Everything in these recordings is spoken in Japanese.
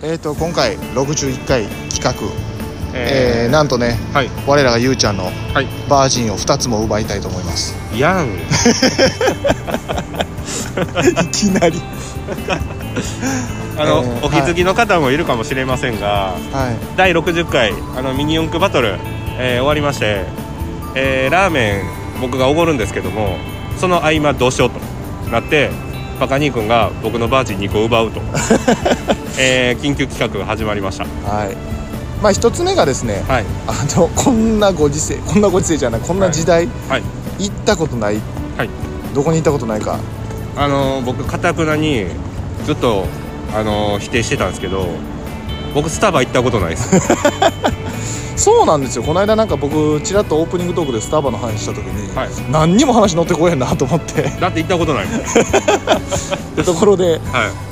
えー、と今回61回企画、ええーなんとねーはい我らがゆうちゃんのはいバージンを2つも奪いたいと思いますやんいきなり あの、えーお気づきの方もいるかもしれませんが、はい第60回あのミニ四駆バトル、えー終わりまして、えーラーメン僕がおごるんですけどもその合間どうしようとなってバカ兄くんが僕のバージン2個奪うと、えー緊急企画が始まりましたはいまあ一つ目がですねはいあのこんなご時世こんなご時世じゃないこんな時代、はい行ったことない、はいどこに行ったことないかあの僕かたくなにずっとあの否定してたんですけど僕スタバ行ったことないですそうなんですよこの間なんか僕ちらっとオープニングトークでスタバの話した時に、はい何にも話乗ってこえへんなと思ってだって行ったことないもんはでところで、い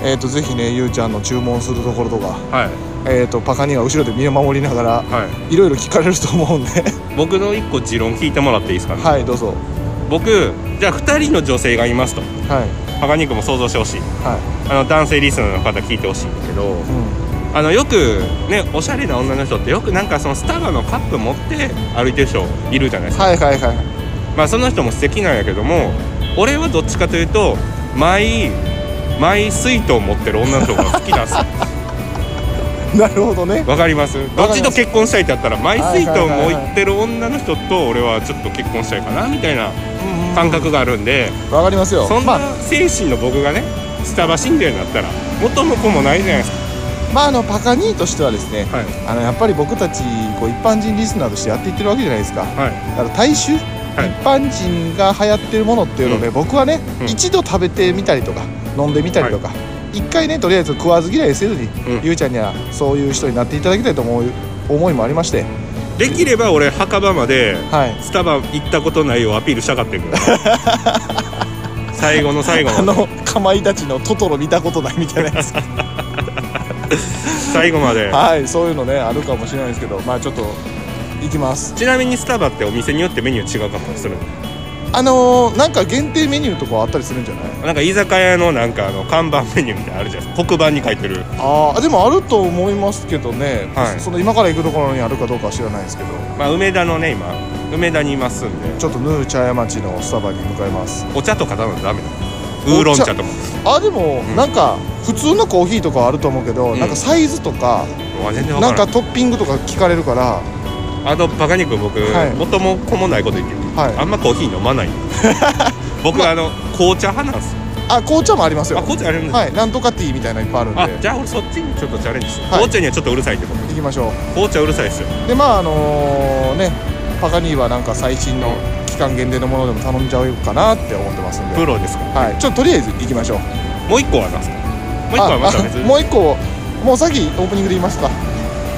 えー、とぜひねゆうちゃんの注文するところとか、はいえー、とパカには後ろで見守りながらはいいろいろ聞かれると思うんで 僕の一個持論聞いてもらっていいですかね、はいどうぞ僕じゃあ2人の女性がいますとはいパガニークも想像してほしいはあの男性リスナーの方聞いてほしいんだけどい、うんあのよくねおしゃれな女の人ってよくなんかそのスタバのカップ持って歩いてる人いるじゃないですか、はいはいはい まあその人も素敵なんやけども俺はどっちかというとマイマイ水筒持ってる女の人が好きなん ですよなるほどねわかりますどますっちと結婚したいってやったらマイ水筒はいはいはいはい持ってる女の人と俺はちょっと結婚したいかなみたいな感覚があるんで、わかりますよそんまなあ精神の僕がねスタバ信者になったら元も子もないじゃないですまああのパカ兄としてはですねかはいあのやっぱり僕たちこう一般人リスナーとしてやっていってるわけじゃないですかはいだから大衆、い一般人が流行ってるものっていうので、う僕はね、うん一度食べてみたりとか飲んでみたりとか、一回ねとりあえず食わず嫌いせずに、うんゆうちゃんにはそういう人になっていただきたいと思う思いもありましてできれば俺墓場まではいスタバ行ったことないをアピールしたか ったけどね最後の最後あののかまいたちのトトロ見たことないみたいなやつ最後まではいそういうのねあるかもしれないですけどまあちょっと行きますちなみにスタバってお店によってメニュー違うかったりするあのーなんか限定メニューとかあったりするんじゃないなんか居酒屋のなんかあの看板メニューみたいなのあるじゃないですか黒板に書いてるあーでもあると思いますけどね、はいその今から行くところにあるかどうかは知らないですけどまあ梅田のね今梅田にいますんでちょっとヌー茶屋町のスタバに向かいますお茶とか頼んでダメなのウーロン茶とかあでも、うんなんか普通のコーヒーとかはあると思うけど、うんなんかサイズとかうわ全然わなんからかんトッピングとか聞かれるからあのバカ肉僕、はい元も子もないこと言ってるはいあんまコーヒー飲 まない僕、あ、の紅茶派なんですよあ紅茶もありますあよ紅茶あるんですか、はいなんとかティーみたいなのいっぱいあるんであじゃあ俺そっちにちょっとチャレンジする、はい紅茶にはちょっとうるさいってこと行きましょ紅茶うるさいですようでまああのーねパカニーはなんか最新の期間限定のものでも頼んじゃおうかなって思ってますんでプロですからはいちょっととりあえず行きましょうもうもう一個は何すかもう一個はまた別にもう一個もうさっきオープニングで言いますか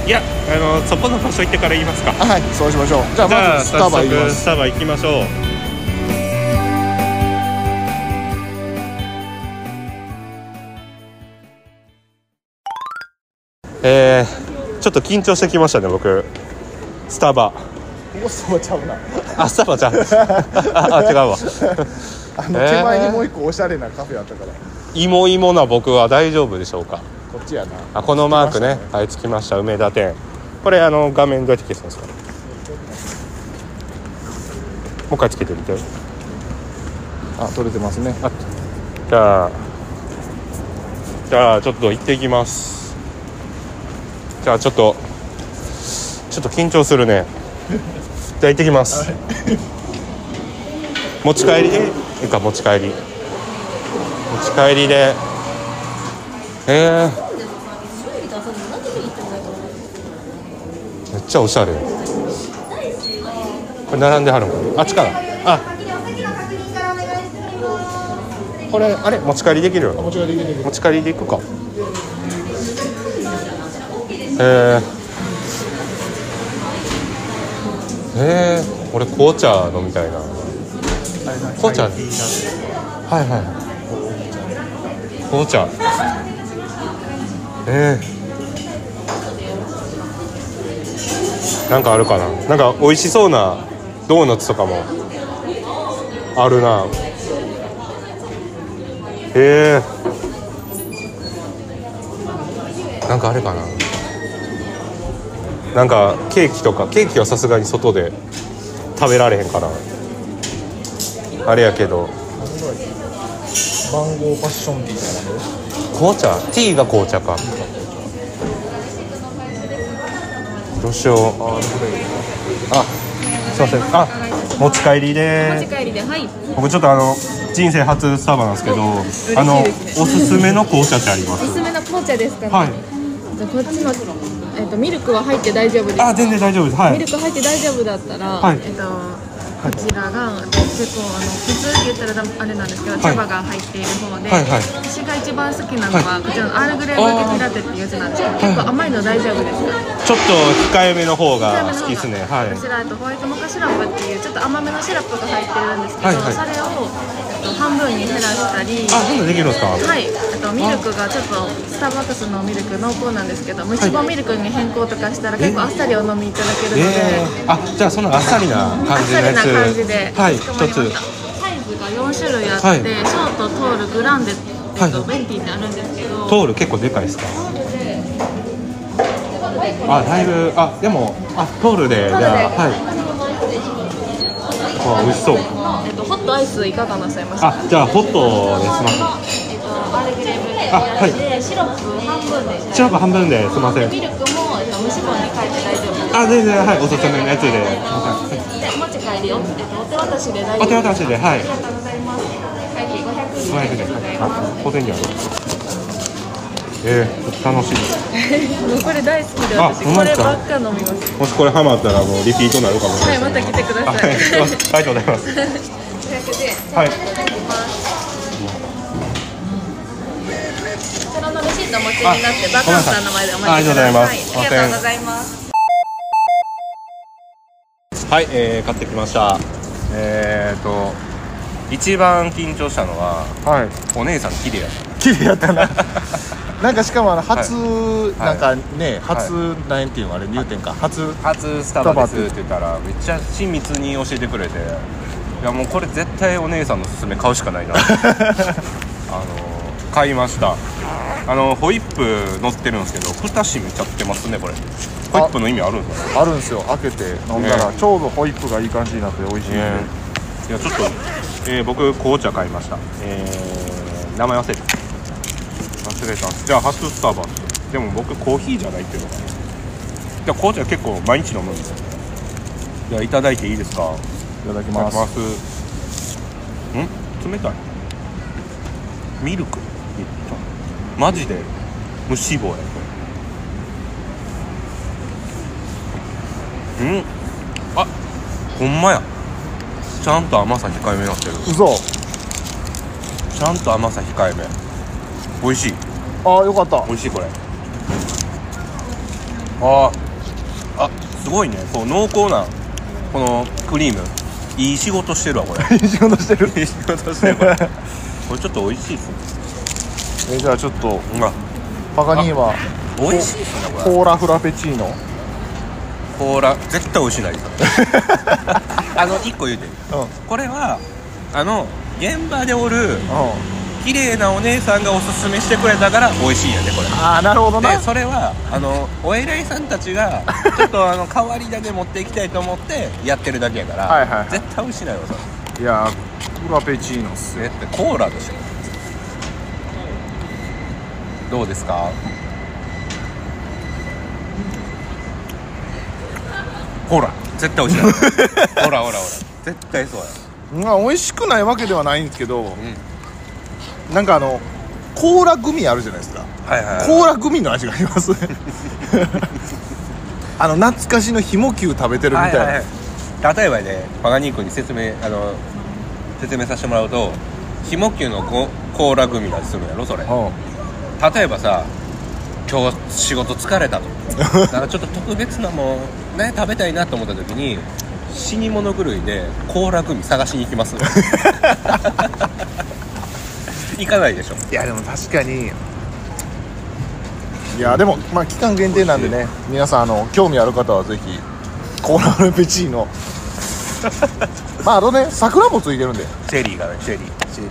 いやあのそこの場所行ってから言いますかあはいそうしましょうじゃあじゃまあずスタ早バ速行きまスすタバ行きましょうえー、ちょっと緊張してきましたね僕スタバここスタバちゃうなあスタバじゃ んああ違うわあのえー手前にもう一個おしゃれなカフェあったからいもいもな僕は大丈夫でしょうかこっちやなあこのマークねはいつきました梅田店これあの画面どうやって消すんですかもう一回つけてみてあ取れてますねじゃあじゃあちょっと行ってきますじゃあちょっとちょっと緊張するねじゃあ行ってきます持ち帰りでいいか持ち帰り持ち帰りでえー、めっちゃおしゃれこれ並んではるんかあっちからあこれあれ持ち帰りできる持ち帰りできる持ち帰りで行くかえー、えー、俺紅茶飲みたいな紅茶はいはい紅茶えー、なんかあるかななんか美味しそうなドーナツとかもあるなええなんかあれかななんかケーキとかケーキはさすがに外で食べられへんからあれやけどマンゴーパッションティーみたいなの紅茶ティーが紅茶かどうしようあーこれあすいませんあ持ち帰り持ちで帰りで、はい。僕ちょっとあの人生初スタバなんですけど嬉しいですねあのおすすめの紅茶ってありまおすすすめの紅茶ですかね。はいじゃあこっちの、えっとミルクは入って大丈夫です。あ全然大丈夫ですはミいルク入って大丈夫だったら、はいえっとこちらが結構あの普通って言ったらダメあれなんですけど、茶葉が入っている方で、はいはい私が一番好きなのは、こちらのアールグレーマーティラテっていうやつなんですけど、結構甘いの大丈夫ですか？ちょっと控えめの方が好きですねはこちいらえっとホワイトモカシラップっていうちょっと甘めのシラップが入ってるんですはけど、いはいそれを、えっと半分に減らしたり。あそんなんできるんですかはい、あとミルクがちょっとスターバックスのミルク濃厚なんですけど、無脂肪ミルクに変更とかしたら結構あっさりお飲みいただけるので、えー、あじゃあそのあっさりなあ感っじのさやりつな感じで、はいかしこま一りつましたサイズが4種類あって、はいショート、トール、グランデ、えはっいとベンティーになるんですけど、トール結構でかいですかあだいぶあでもあトールでじゃあはいあ美味しそうえっとホットアイスいかがなさいますか？あじゃあホットで済ませえっとアールグレーブあはいでシロップ半分でシロップ半分ですいませんミルクも、えっと、無脂肪に変えて大丈夫です。あ全然はいおすすめのやつではでお持ち帰りお,、えっと、お手渡しで大いお手丈夫です。渡しではいありがとうございます。会費500 500円円であ小銭あるえー、楽しいもうこれ大好きであ私ほんこまでれすかばっか飲みますもしこれハマったらもうリピートになるかもしはれいなまいた来てくだあさはいいすいませんありがとうございますはいこちらのレシートお持ちになってバカンさんの前でお待ちくださあいありりがとがとううごございますはい、えー、買ってきましたえー、と一番緊張したのははいお姉さん綺麗やった綺麗や ったななんかしかもあの初、はいなんかね、はい初なんていうのあれ入店か初初スタバですって言ったらめっちゃ親密に教えてくれていやもうこれ絶対お姉さんのすすめ買うしかないなあの買いましたあのホイップ乗ってるんですけど蓋閉めちゃってますねこれホイップの意味あるんですかねあるんですよ開けて飲んだら、ねちょうどホイップがいい感じになって美味しいんで、いやちょっと、えー僕紅茶買いましたえー名前忘れた忘れたんですじゃあ初スタバでも僕コーヒーじゃないっていうのかなじゃあ紅茶結構毎日飲むんですよじゃあいただいていいですかいただきいただまきすますん冷たいミルクミルクマジで無脂肪やこれうんあほんまやちゃんと甘さ控えめになってる嘘ちゃんと甘さ控えめ美味しいああよかった美味しいこれあーあすごいねこう濃厚なこのクリームいい仕事してるわこ れいい仕事してるいい仕事してるこれこれちょっと美味しいっすねえじゃあちょっとうわパガニーは美味しいっすねこれコーラフラペチーノコーラ絶対美味しないです あの一個言うてうんうんこれはあの現場でおる綺麗なお姉さんがおすすめしてくれたから美味しいんやねこれああなるほどなでそれはあのお偉いさんたちがちょっとあの代わりだけ持っていきたいと思ってやってるだけやからはいはいはい絶対美味しいなよそれいやーフラペチーノっすよ絶対コーラでしょどうですかほら絶対美味しいな ほらほらほら絶対そうやまあ美味しくないわけではないんですけど、なんかあのコーラグミあるじゃないですかはいはいコーラグミの味があり ますねあの懐かしのひもきゅう食べてるみたいな、はいはいはい、例えばねパガニー君に説明あの説明させてもらうとひもきゅうのココーラ組がするやろそれ例えばさ今日仕事疲れた とだからちょっと特別なもんね食べたいなと思った時に死に物狂いでコーラ組探しに行きます 行かないでしょいやでも確かにいやでもまあ期間限定なんでね皆さんあの興味ある方はぜひコーラフラペチー ノまああとね桜もついてるんでチェリーがねチェリーチェリ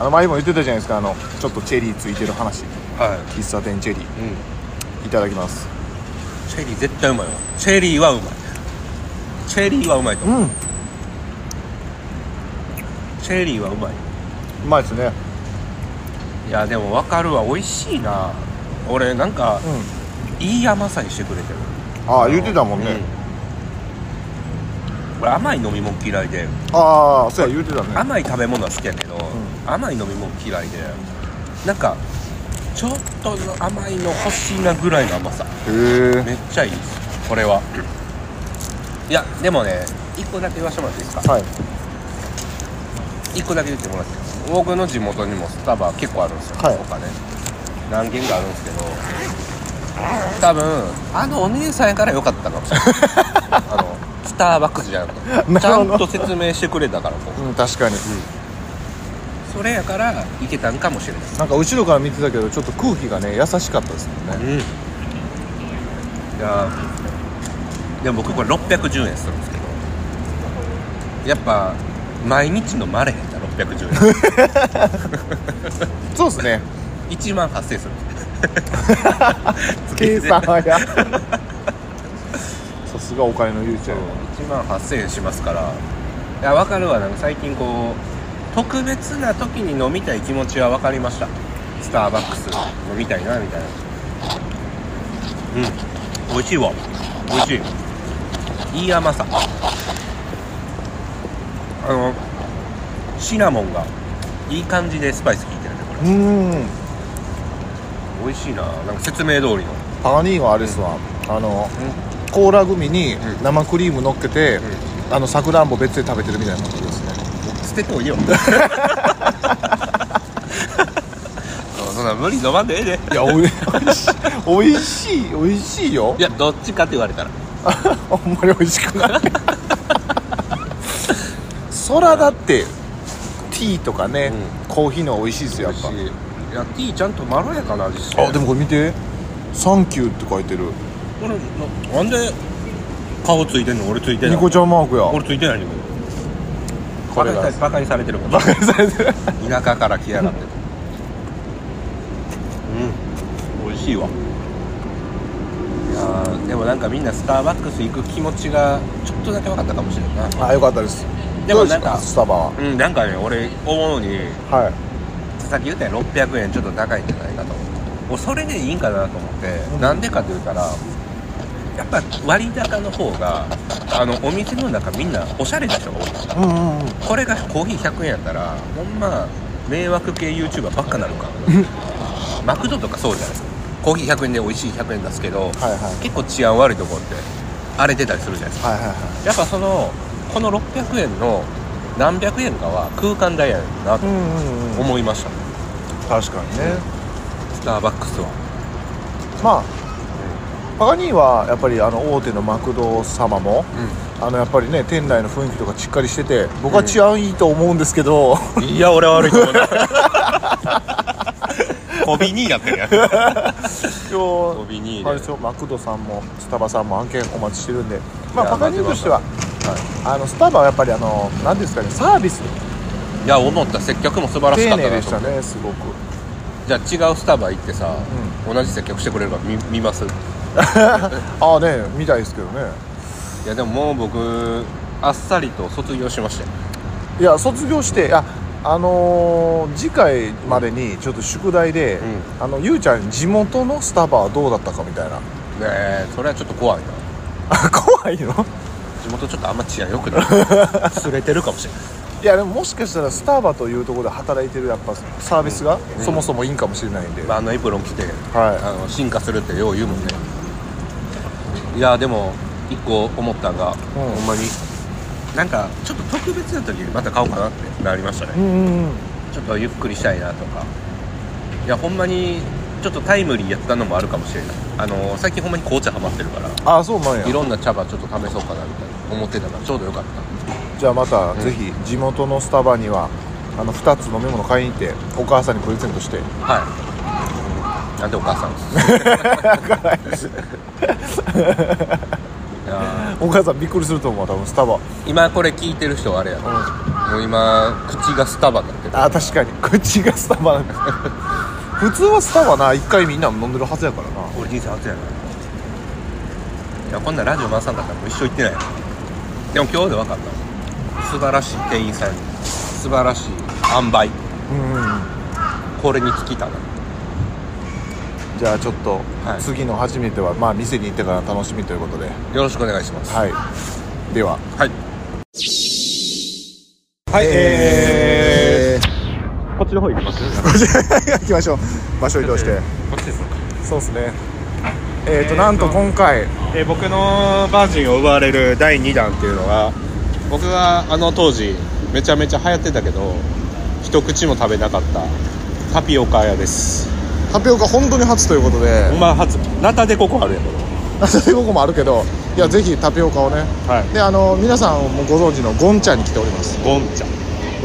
あの前も言ってたじゃないですかあのちょっとチェリーついてる話ーはい喫茶店チェリーういただきますチェリー絶対うまいわチェリーはうまいチェリーはうまいとう思うんうチェリーはうまいまいですねいやでも分かるわ美味しいな俺なんかうんいい甘さにしてくれてるああ言ってたもんね、うん俺甘い飲み物嫌いでああそうや言ってたね甘い食べ物は好きやけど、甘い飲み物嫌いでなんかちょっとの甘いの欲しいなぐらいの甘 さへめっちゃいいこれは、いやでもね1個だけ言わせてもらっていいですえかはい1個だけ言ってもらっていいですか僕の地元にもスタバ結構あるんですよ、はい他ね何軒かあるんですけど多分あのお姉さんやから良かったかもしれ ないあのスターバックスじゃなくてなちるゃほんどと説明してくれたからこうん確かにうそれやからいけたんかもしれないなんか後ろから見てたけどちょっと空気がね優しかったですもんねうんいやでも僕これ610円するんですけどやっぱ毎日のまれへんじゃん610円 そうですね1万8000円する計算やさすがお金のゆうちゃんや1万8000円しますからいや分かるわなんか最近こう特別な時に飲みたい気持ちは分かりましたスターバックス飲みたいなみたいなうん美味しいわ美味しいいい甘さあのシナモンがいい感じでスパイス効いてるねこうーんれ美味しいななんか説明通りのパガニーニはあれですわあのコーラ組にうん生クリーム乗っけて、あのさくらんぼ別で食べてるみたいなもんですね捨ててもいいよ そうそんな無理飲まんでええでいやおい おいしいおいしいよいやどっちかって言われたらあんまりおいしくないそらだってティーとかね、コーヒーの方が美味しいですよやっぱいやティーちゃんとまろやかな味してあでもこれ見て「サンキュー」って書いてるこれななんで顔ついてんの俺ついてないニコちゃんマークや俺ついてないねこれがバカにされてるバカにされてる田舎から来やがってうん美味しいわいやーでもなんかみんなスターバックス行く気持ちがちょっとだけ分かったかもしれんないあよかったですでもなんかどうですスタバはうんなんかね俺思うにはいさっき言ったように600円ちょっと高いんじゃないかともうそれでいいんかなと思ってな、んでかというたらやっぱ割高の方があのお店の中みんなおしゃれな人が多いうんうんうんこれがコーヒー100円やったらほんま迷惑系 YouTuber ばっかなるかマクドとかそうじゃないコーヒー100円で美味しい100円出すけど、はいはい結構治安悪いところって荒れてたりするじゃないですかはいはいはいやっぱそのこの600円の何百円かは空間代やなとんうん思いました、確かにねスターバックスはまあパガニーはやっぱりあの大手のマクド様もあのやっぱりね店内の雰囲気とかしっかりしてて僕は治安いいと思うんですけど、いや俺は悪いと思う なコビニーやってるやんコ 今ビニ日ーあでれですよマクドさんもスタバさんも案件お待ちしてるんで、まあ、いやパガニーとしてはあのスタバはやっぱりあの何ですかねサービスいや思った接客も素晴らしか丁ったな寧でとしたねすごく じゃあ違うスタバ行ってさ、同じ接客してくれれば見見ますいああねみたいですけどねやでももう僕あっさりと卒業しましたよいや卒業してああのー次回までにちょっと宿題で、あのゆうちゃん地元のスタバはどうだったかみたいなねえそれはちょっと怖いな怖いの地元ちょっとあんま治安良 くないすれてるかもしれないいやでももしかしたらスターバというところで働いてるやっぱサービスがうんそもそもいいんかもしれないんで、まあ、あのエプロン着てはあの進化するってよう言うもんねいやでも一個思ったんが、ほんまになんかちょっと特別な時にまた買おうかなってなりましたい、うねんうんうんちょっとゆっくりしたいなとかいやほんまにちょっとタイムリーやったのもあるかもしれないあの最近ほんまに紅茶ハマってるからああそうなんやいろんな茶葉ちょっと試そうかなみたいな思ってたからちょうどよかったじゃあまたぜひ地元のスタバにはあの2つ飲み物買いに行ってお母さんにプレゼントしてはいなんでお母さん いやーお母さんびっくりすると思う多分スタバ今これ聞いてる人はあれやろ、もう今口がスタバになってるあ確 かに口がスタバなんだ普通はスタバな1回みんな飲んでるはずやからな俺人生初やないやこんなんラジオ回さんかったらもう一生行ってないよでも今日で分かった素晴らしい店員さん素晴らしい塩梅うんこれに尽きたなじゃあちょっと、はい次の初めてはまあ店に行ってから楽しみということではよろしくお願いしますいでははいはいええーー、 こっちの方行きますこちら行きましょう場所移動してこっちですかそうですねえっ、ー、と、えーとなんと今回えー僕のバージンを奪われる第2弾っていうのが僕があの当時めちゃめちゃ流行ってたけど一口も食べなかったタピオカ屋ですタピオカ本当に初ということおで前初ナタでここあるやんこ タピオカもあるけどいやぜひタピオカをねれはいであの皆さんもご存知のゴンチャに来ておりますゴンちゃん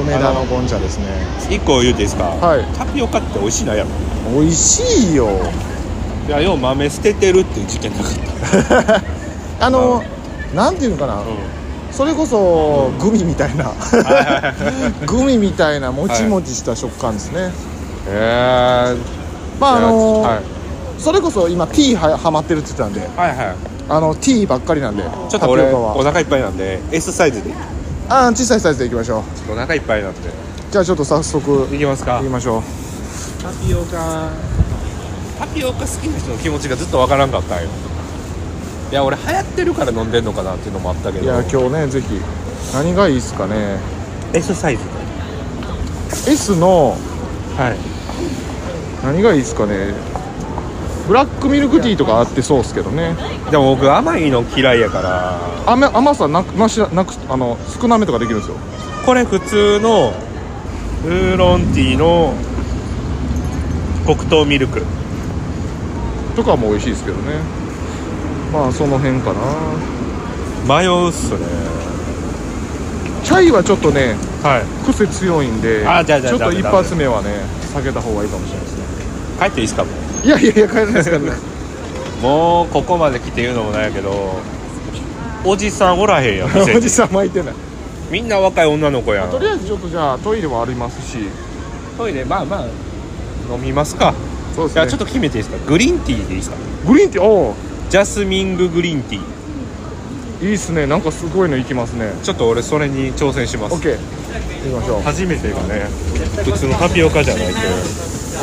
梅田のゴンチャですね1個言うていいですか、はいタピオカって美味しいないやろ美味しいよいやよう豆捨ててるっていう事件なかった、あのなんていうのかな、うそれこそグミみたいなはいは いグミみたいなもちもちした食感ですね、ん、えまああのはいそれこそ今ティーはハマってるって言ってたんではいはいあのティーばっかりなんでちょっと俺タピオカおは腹いっぱいなんで S サイズでちょあー小さいサイズでいきましょうっとお腹いっぱいなんでじゃあちょっと早速いきますかいきましょうタピオカタピオカ好きな人の気持ちがずっとわからんかったんよいや俺流行ってるから飲んでんのかなっていうのもあったけどいや今日ねぜひ何がいいですかね S サイズ S のはい何がいいですかねブラックミルクティーとかあってそうっすけどねでも僕甘いの嫌いやから甘甘さなくなしなくあの少なめとかできるんですよこれ普通のウーロンティーの黒糖ミルクとかも美味しいですけどねまあその辺かな迷うっすねチャイはちょっとねはい癖強いんであじゃあじゃちあょっとダメ一ダメ発目はね避けた方がいいかもしれないですね帰っていいっすかもいやいやいや帰らないですからねうもうここまで来て言うのもなんやけどおじさんおらへんやん店 におじさん巻いてないみんな若い女の子やんとりあえずちょっとじゃあトイレはありますしトイレまあまあ飲みますかそうでいすねやちょっと決めていいですかグリーンティーでいいですかグリーンティーおおジャスミンググリーンティーいいっすねなんかすごいのいきますねちょっと俺それに挑戦しま OK す行きましょう初めてがね普通のタピオカじゃないけどじゃあ行き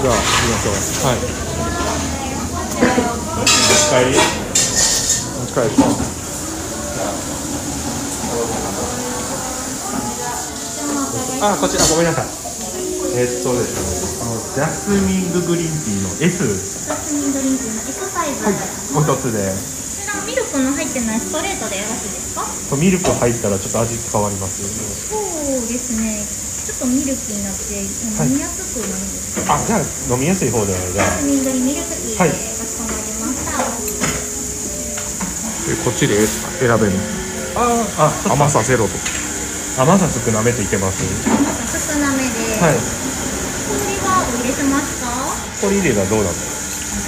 ましはいお帰ょうお疲れ様りあこちらごめんなさいえっとですねジャスミンググリーンティーの S ジャスミンドリンクの S サイズ、お一つでこちらミルクの入ってないストレートでよろしいですかそミルク入ったらちょっと味変わりますうですねちょっとミルキーになってはい飲みやすくなるんですけど、あじゃあ飲みやすい方でじゃあジャスミンドリミルクティーはいでかしこまりました、こっちで選べるあ甘あさゼロと甘さ少なめていけます少なめで、はい氷はお入れしますか氷入れがどうなの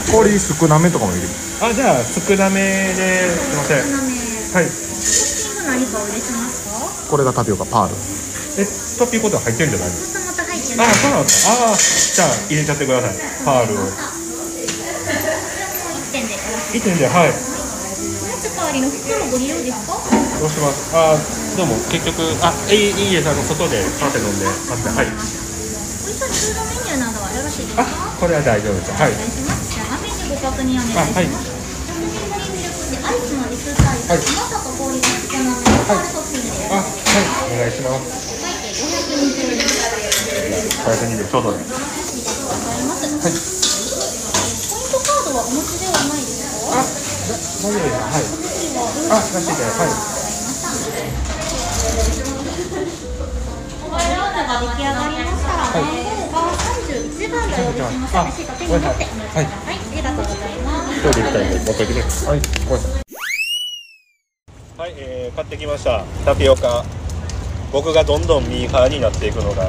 氷少なめとかもいるあじゃあ少なめで少すいませんなめはいトッピング何かお入れしますかこれがタピオカパールえトッピングことは入ってるんじゃないのあそうなんでもともと入ってないすかああじゃあ入れちゃってくださいパールを1点でよろしい1点ではいおやつ代わりの袋もご利用ですかどうしますあーどうも結局あいいいいですあの外でカーテン飲んで待ってはいおいしいフードメニューなどはよろしいですあかこれは大丈夫ですはいお願いします。じゃあ画面でご確認お願いします。あはいアイスのリスサイズ、はい甘さと氷が少なめのパールトッピングであはいお願いします520円で最初にちょうどねございます。ポイントカードはお持ちではないです大か？丈夫ですはいあ出してくださいはいオーダーが出来上がりましたら、番号が31番でお呼びします。私が手に持ってお持ちください。ありがとうございます。一人で行きたいんで持っといてくれはいごめんなさいはい、えー買ってきましたタピオカ僕がどんどんミーハーになっていくの が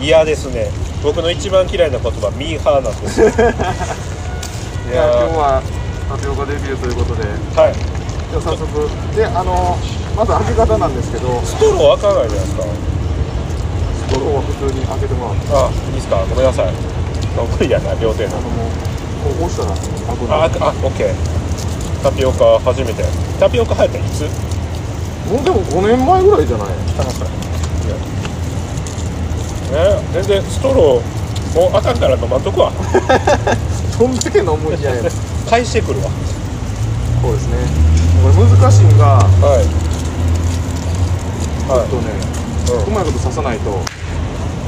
嫌ですね僕の一番嫌いな言葉ミーハーなんで すよいいやや今ー日はタピオカデビューということではいじゃあ早速であのまず開け方なんですけどストロー開かないじゃないですかストローは普通に開けてもらってあいいですかごめんなさい得意やな両手のあのもうこう押したら危あないああオッケータピオカ初めてタピオカ流行ったのいつもうでも5年前ぐらいじゃない楽しかったね全然ストローもうあかんから飲まんとくわそんだけの思いじゃない返してくるわそうですねこれ難しいんがはいちょっとね、うまいこと刺さないと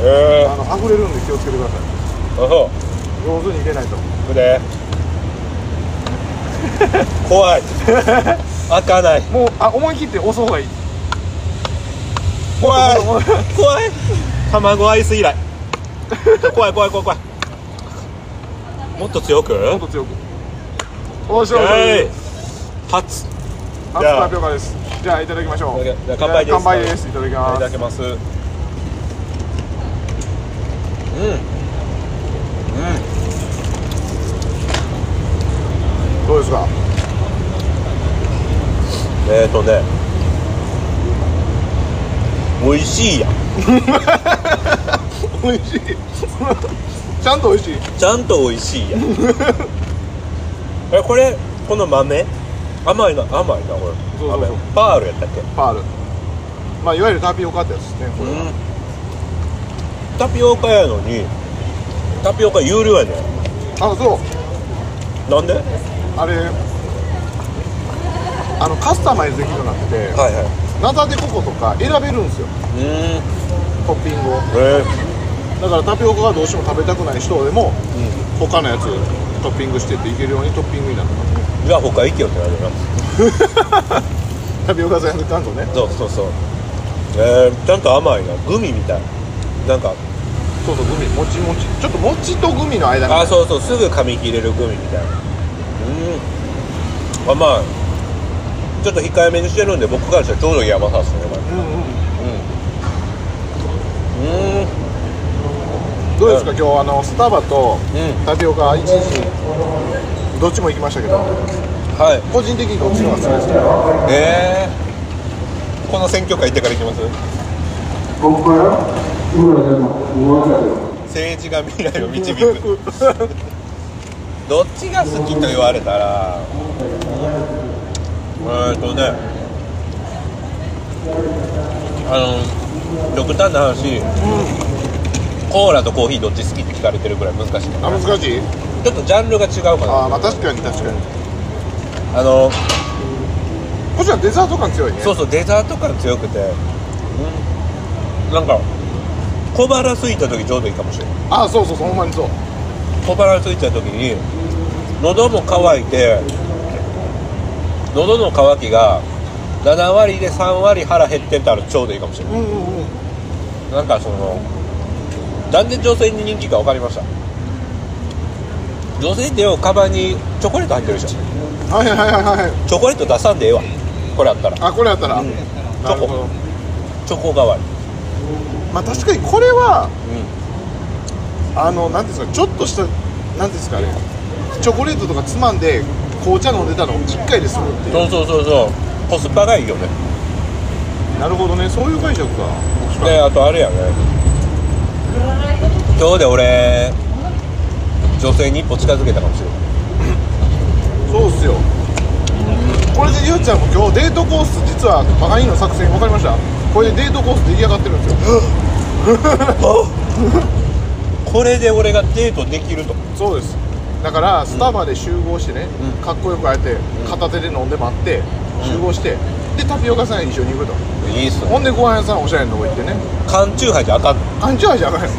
えあの溢れるんで気をつけてくださいー、あそう上手に入れないと腕怖い開かないもうあ思い切って押す方がいい怖い怖い卵アイス以来怖い怖い怖い怖いもっと強くもっと強くおしょえい初あじゃあタピオカですじゃあいただきましょうじゃあ乾杯です乾杯ですいただきいたまだすきますうんうんどうですかえーとね美味しいやん美味しい ちゃんと美味しいちゃんと美味し いやんえこれこの豆甘いな甘いなこれそうそうそう甘いパールやったっけパールまあいわゆるタピオカってやつですねこれは、タピオカやのにタピオカ有料やねあそうなんではいあれあのカスタマイズできるようになってていナタデココとか選べるんですようーんトッピングをえだからタピオカがどうしても食べたくない人でも、他のやつトッピングしてっていけるようにトッピングになったー、じゃあ他行けよってなるよなタピオカ屋さんの感度ねそうそうそうえー、ちゃんと甘いなグミみたいなんかそうそうグミもちもちちょっともちとグミの間あがそうそうすぐ噛み切れるグミみたいなうーん甘いちょっと控えめにしてるんで僕からしたらちょうどいい甘さですねこれうんうんうーんどうですか今日あのスタバとうんタピオカ一時どっちも行きましたけどはい個人的にどっちの方が好きですかえー、この選挙会行ってから行きます政治が未来を導くどっちが好きと言われたらえーっとねあの極端な話、コーラとコーヒーどっち好きって聞かれてるぐらい難しいあ難しいちょっとジャンルが違うかなあーまあ確かに確かにあのこっちはデザート感強いねそうそうデザート感強くて、なんか小腹空いた時ちょうどいいかもしれないあーそうそうそうほんまにそう小腹空いた時に喉も渇いて喉の渇きが7割で3割腹減ってたらちょうどいいかもしれないうんうんうんなんかそのなんで女性に人気か分かりました女性ってよカバンにチョコレート入ってるでしょはいはいはいはいはいチョコレート出さんでええわこれあったらあこれやったら、うんなるほどチョコ代わりまあ確かにこれはうんあのなんていうんですかちょっとしたなんていうんですかねチョコレートとかつまんで紅茶飲んでたのを1回でするっていうそうそうそうそうコスパがいいよねなるほどねそういう解釈か確かにであとあれやね今日で俺女性に一歩近づけたかもしれないそうっすよこれでゆうちゃんも今日デートコース実はバカニーの作戦分かりましたこれでデートコース出来上がってるんですよこれで俺がデートできるとそうですだからスタバで集合してね、うんかっこよくあえて片手で飲んで待って集合してでタピオカ屋さん一緒に行くといいっすねほんでご飯屋さんおしゃれなとこ行ってね缶チューハイじゃあかん 缶チューハイじゃないのい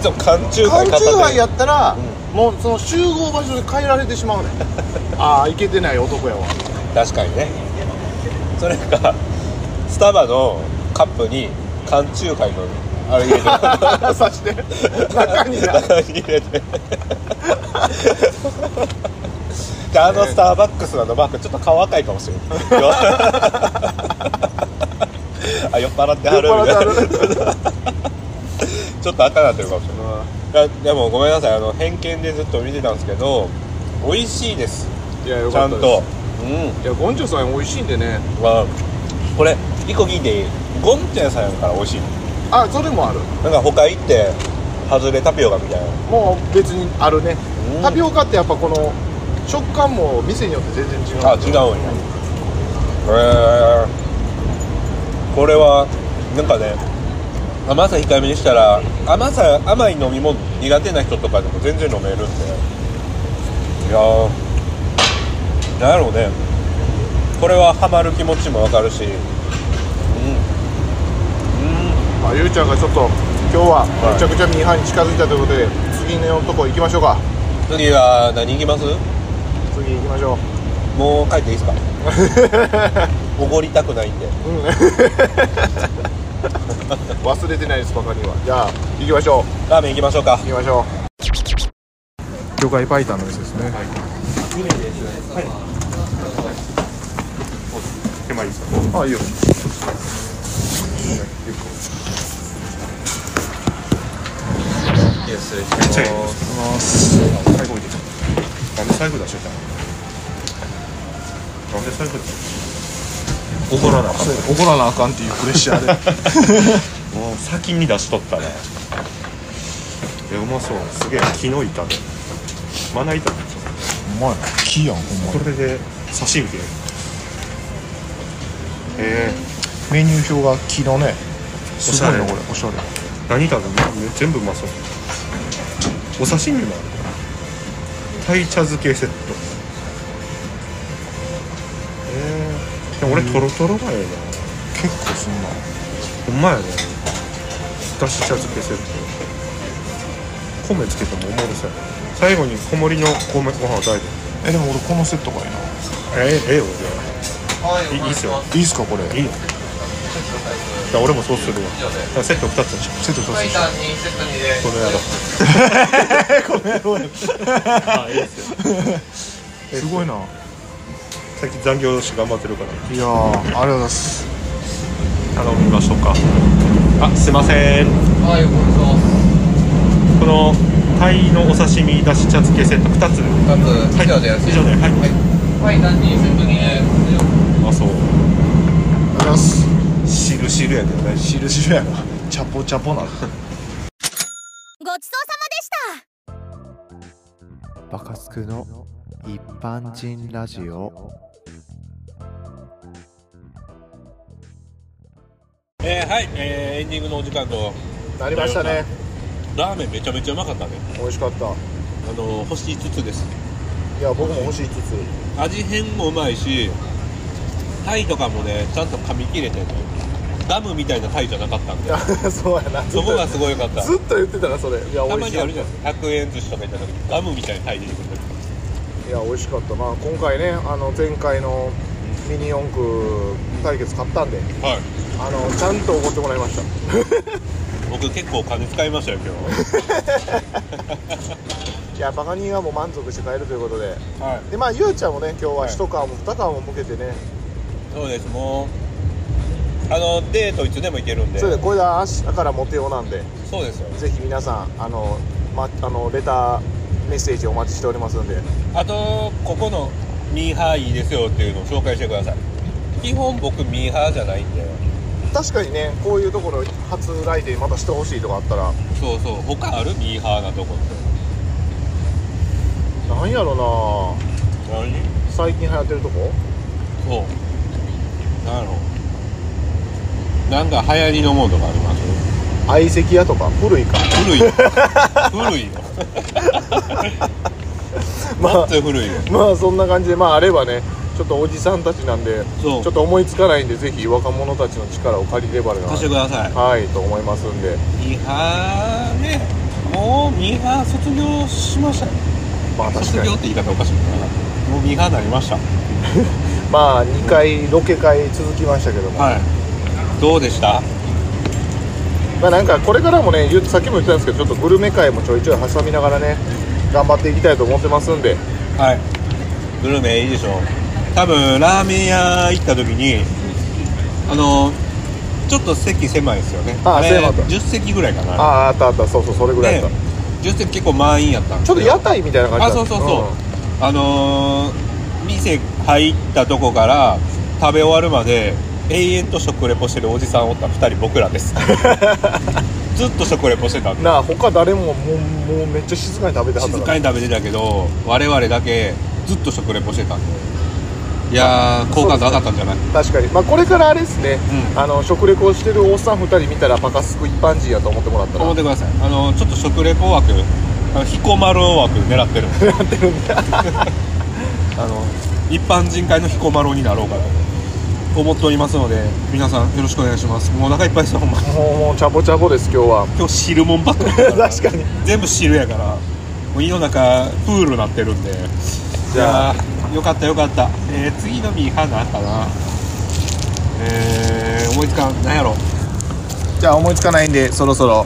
つも缶チューハ缶イチ片手ューハイでやったら、もうその集合場所で変えられてし まうねああいけてない男やわ確かにねそれかスタバのカップに缶チューハイのあれ入れて さして中にな中に入れて であのスターバックスなのマークちょっと顔赤いかも しれないよあ酔っ払ってはる酔っ払ってはる みたいなちょっと赤なってるかもしれないだでもごめんなさいあの偏見でずっと見てたんですけど美味しいですいやよちゃかっんたですとうんいやゴンチョさん美味しいんでねまあこれ一個聞いていいゴンちゃんさんやから美味しいあそれもあるなんか他行って外れタピオカみたいなもう別にあるねうんタピオカってやっぱこの食感も店によって全然違うあ違うんやへえこれはなんかね甘さ控えめにしたら甘さ甘い飲み物苦手な人とかでも全然飲めるんでいやーなんやろうねこれはハマる気持ちもわかるしうんうんまあ、ゆうちゃんがちょっと今日ははいめちゃくちゃミーハーに近づいたということで、次のとこ行きましょうか次は何行きます次行きましょうもう帰っていいです かおごりたくないんでうん忘れてないですバカにはじゃあ行きましょうラーメン行きましょうか行きましょう魚介パイタンの店ですね手前ですかあいいよいや失礼します最後置いてなんで財布出しといたのなんで財布出し怒らなあかっ怒らなあかんっていうプレッシャ ーでたもう先に出しとったねいやうまそうすげえ木の板でまな板でお前木やんほんまこれで刺し受けへえメニュー表が木のねすごいなおしこれゃれおしゃれ何食べるの全部うまそうお刺身もある鯛茶漬けセットええでも俺トロトロがええな結構そんなほんまやねだし茶漬けセット米つけてもおもろそうやね最後に小盛りの米ご飯を炊いてえでも俺このセットがいいなええええよじゃあいいいいっすよいいっすかこれいいよじゃあ俺もそうするわだからセット2つにしよセットそうファそイうターにセットにでうこの野郎あいいっすよすごいな最近残業し頑張ってるからいやーありがとうございます頼みましょうかあすいませんはいごめんこの鯛のお刺身だし茶漬けセット2つなさい2つ以上でよろしい以上ではいファイターにセットにであそうありがとうございます汁汁やけど大事汁汁やなチャポチャポなごちそうさまでしたバカスクの一般人ラジオ。えー、はい、えー、エンディングのお時間となりましたねラーメンめちゃめちゃうまかったね美味しかったいあの星5つですや僕も欲しいつつ味変もうまいしタイとかもねちゃんと噛み切れてるガムみたいなタイじゃなかったんいでやそうやなずそっことがすごい良かったずっと言ってたなそれいやた美ま味しにかあっるじゃないですか100円寿司とか行った時にガムみたいなタイ出てくるたいや美味しかったまあ今回ねあの前回のミニ四駆対決買ったんではいあのちゃんとおごってもらいました僕結構お金使いましたよ今いやバカ人はもう満足して帰るということで日はいでまあゆうちゃんもね今日ははい一皮も二皮も向けてね、そうですもうあのデートいつでも行けるんでそれでこれで明日からモテようなんでそうですよぜひ皆さんあの,、ま、あのレターメッセージお待ちしておりますんであとここのミーハーいいですよっていうのを紹介してください基本僕ミーハーじゃないんで確かにねこういうところ初来店またしてほしいとかあったらそうそう他あるミーハーなとこってなんやろな何最近流行ってるとこそう何やろなんか流行りのものとかあります相席屋とか古いか 古い古いよまもあっと古いよまあそんな感じでまああればねちょっとおじさんたちなんでちそょうっと思いつかないんでぜひ若者たちの力を借りればな貸してくださいはいと思いますんでミーハーねもうミーハー卒業しましたねまあ確卒か業っにて言い方おかしいなもうミーハーになりましたまあ2回ロケ会続きましたけども、はいどうでしたまあなんかこれからもね言うさっきも言ってたんですけどちょっとグルメ会もちょいちょい挟みながらね頑張っていきたいと思ってますんではいグルメいいでしょ多分ラーメン屋行った時にあのちょっと席狭いですよねあれ狭かった10席ぐらいかあなああったあったそうそうそれぐらいやでった、 10席結構満員やったんですちょっよと屋台みたいな感じあだそっうたそうそう、あのー店入ったとこから食べ終わるまで永遠と食レポしてるおじさんおった2人僕らですずっと食レポしてたんでなあ他誰ももうもうめっちゃ静かに食べてはった静からかに食べてたけど我々だけずっと食レポしてたんでいやー好感度上がったんじゃない確かに、まあ、これからあれですね、うんあの食レポしてるおっさん2人見たらパカスク一般人やと思ってもらったら思ってくださいあのちょっと食レポ枠あの彦丸枠狙ってるんでやってる んであの一般人会の彦丸になろうかと思っておりますので皆さんよろしくお願いしますもうお腹いっぱいですほ んまもうもうチャボチャボです今日は今日汁もんばっかり 確かに全部汁やからもう胃の中プールなってるんでじゃあいやーよかったよかった、えー次のミーハーなんかなえー、思いつかんなんやろじゃあ思いつかないんでそろそろ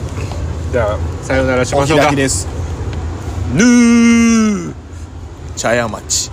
じゃあさようならしおましょう開かきですぬー茶屋町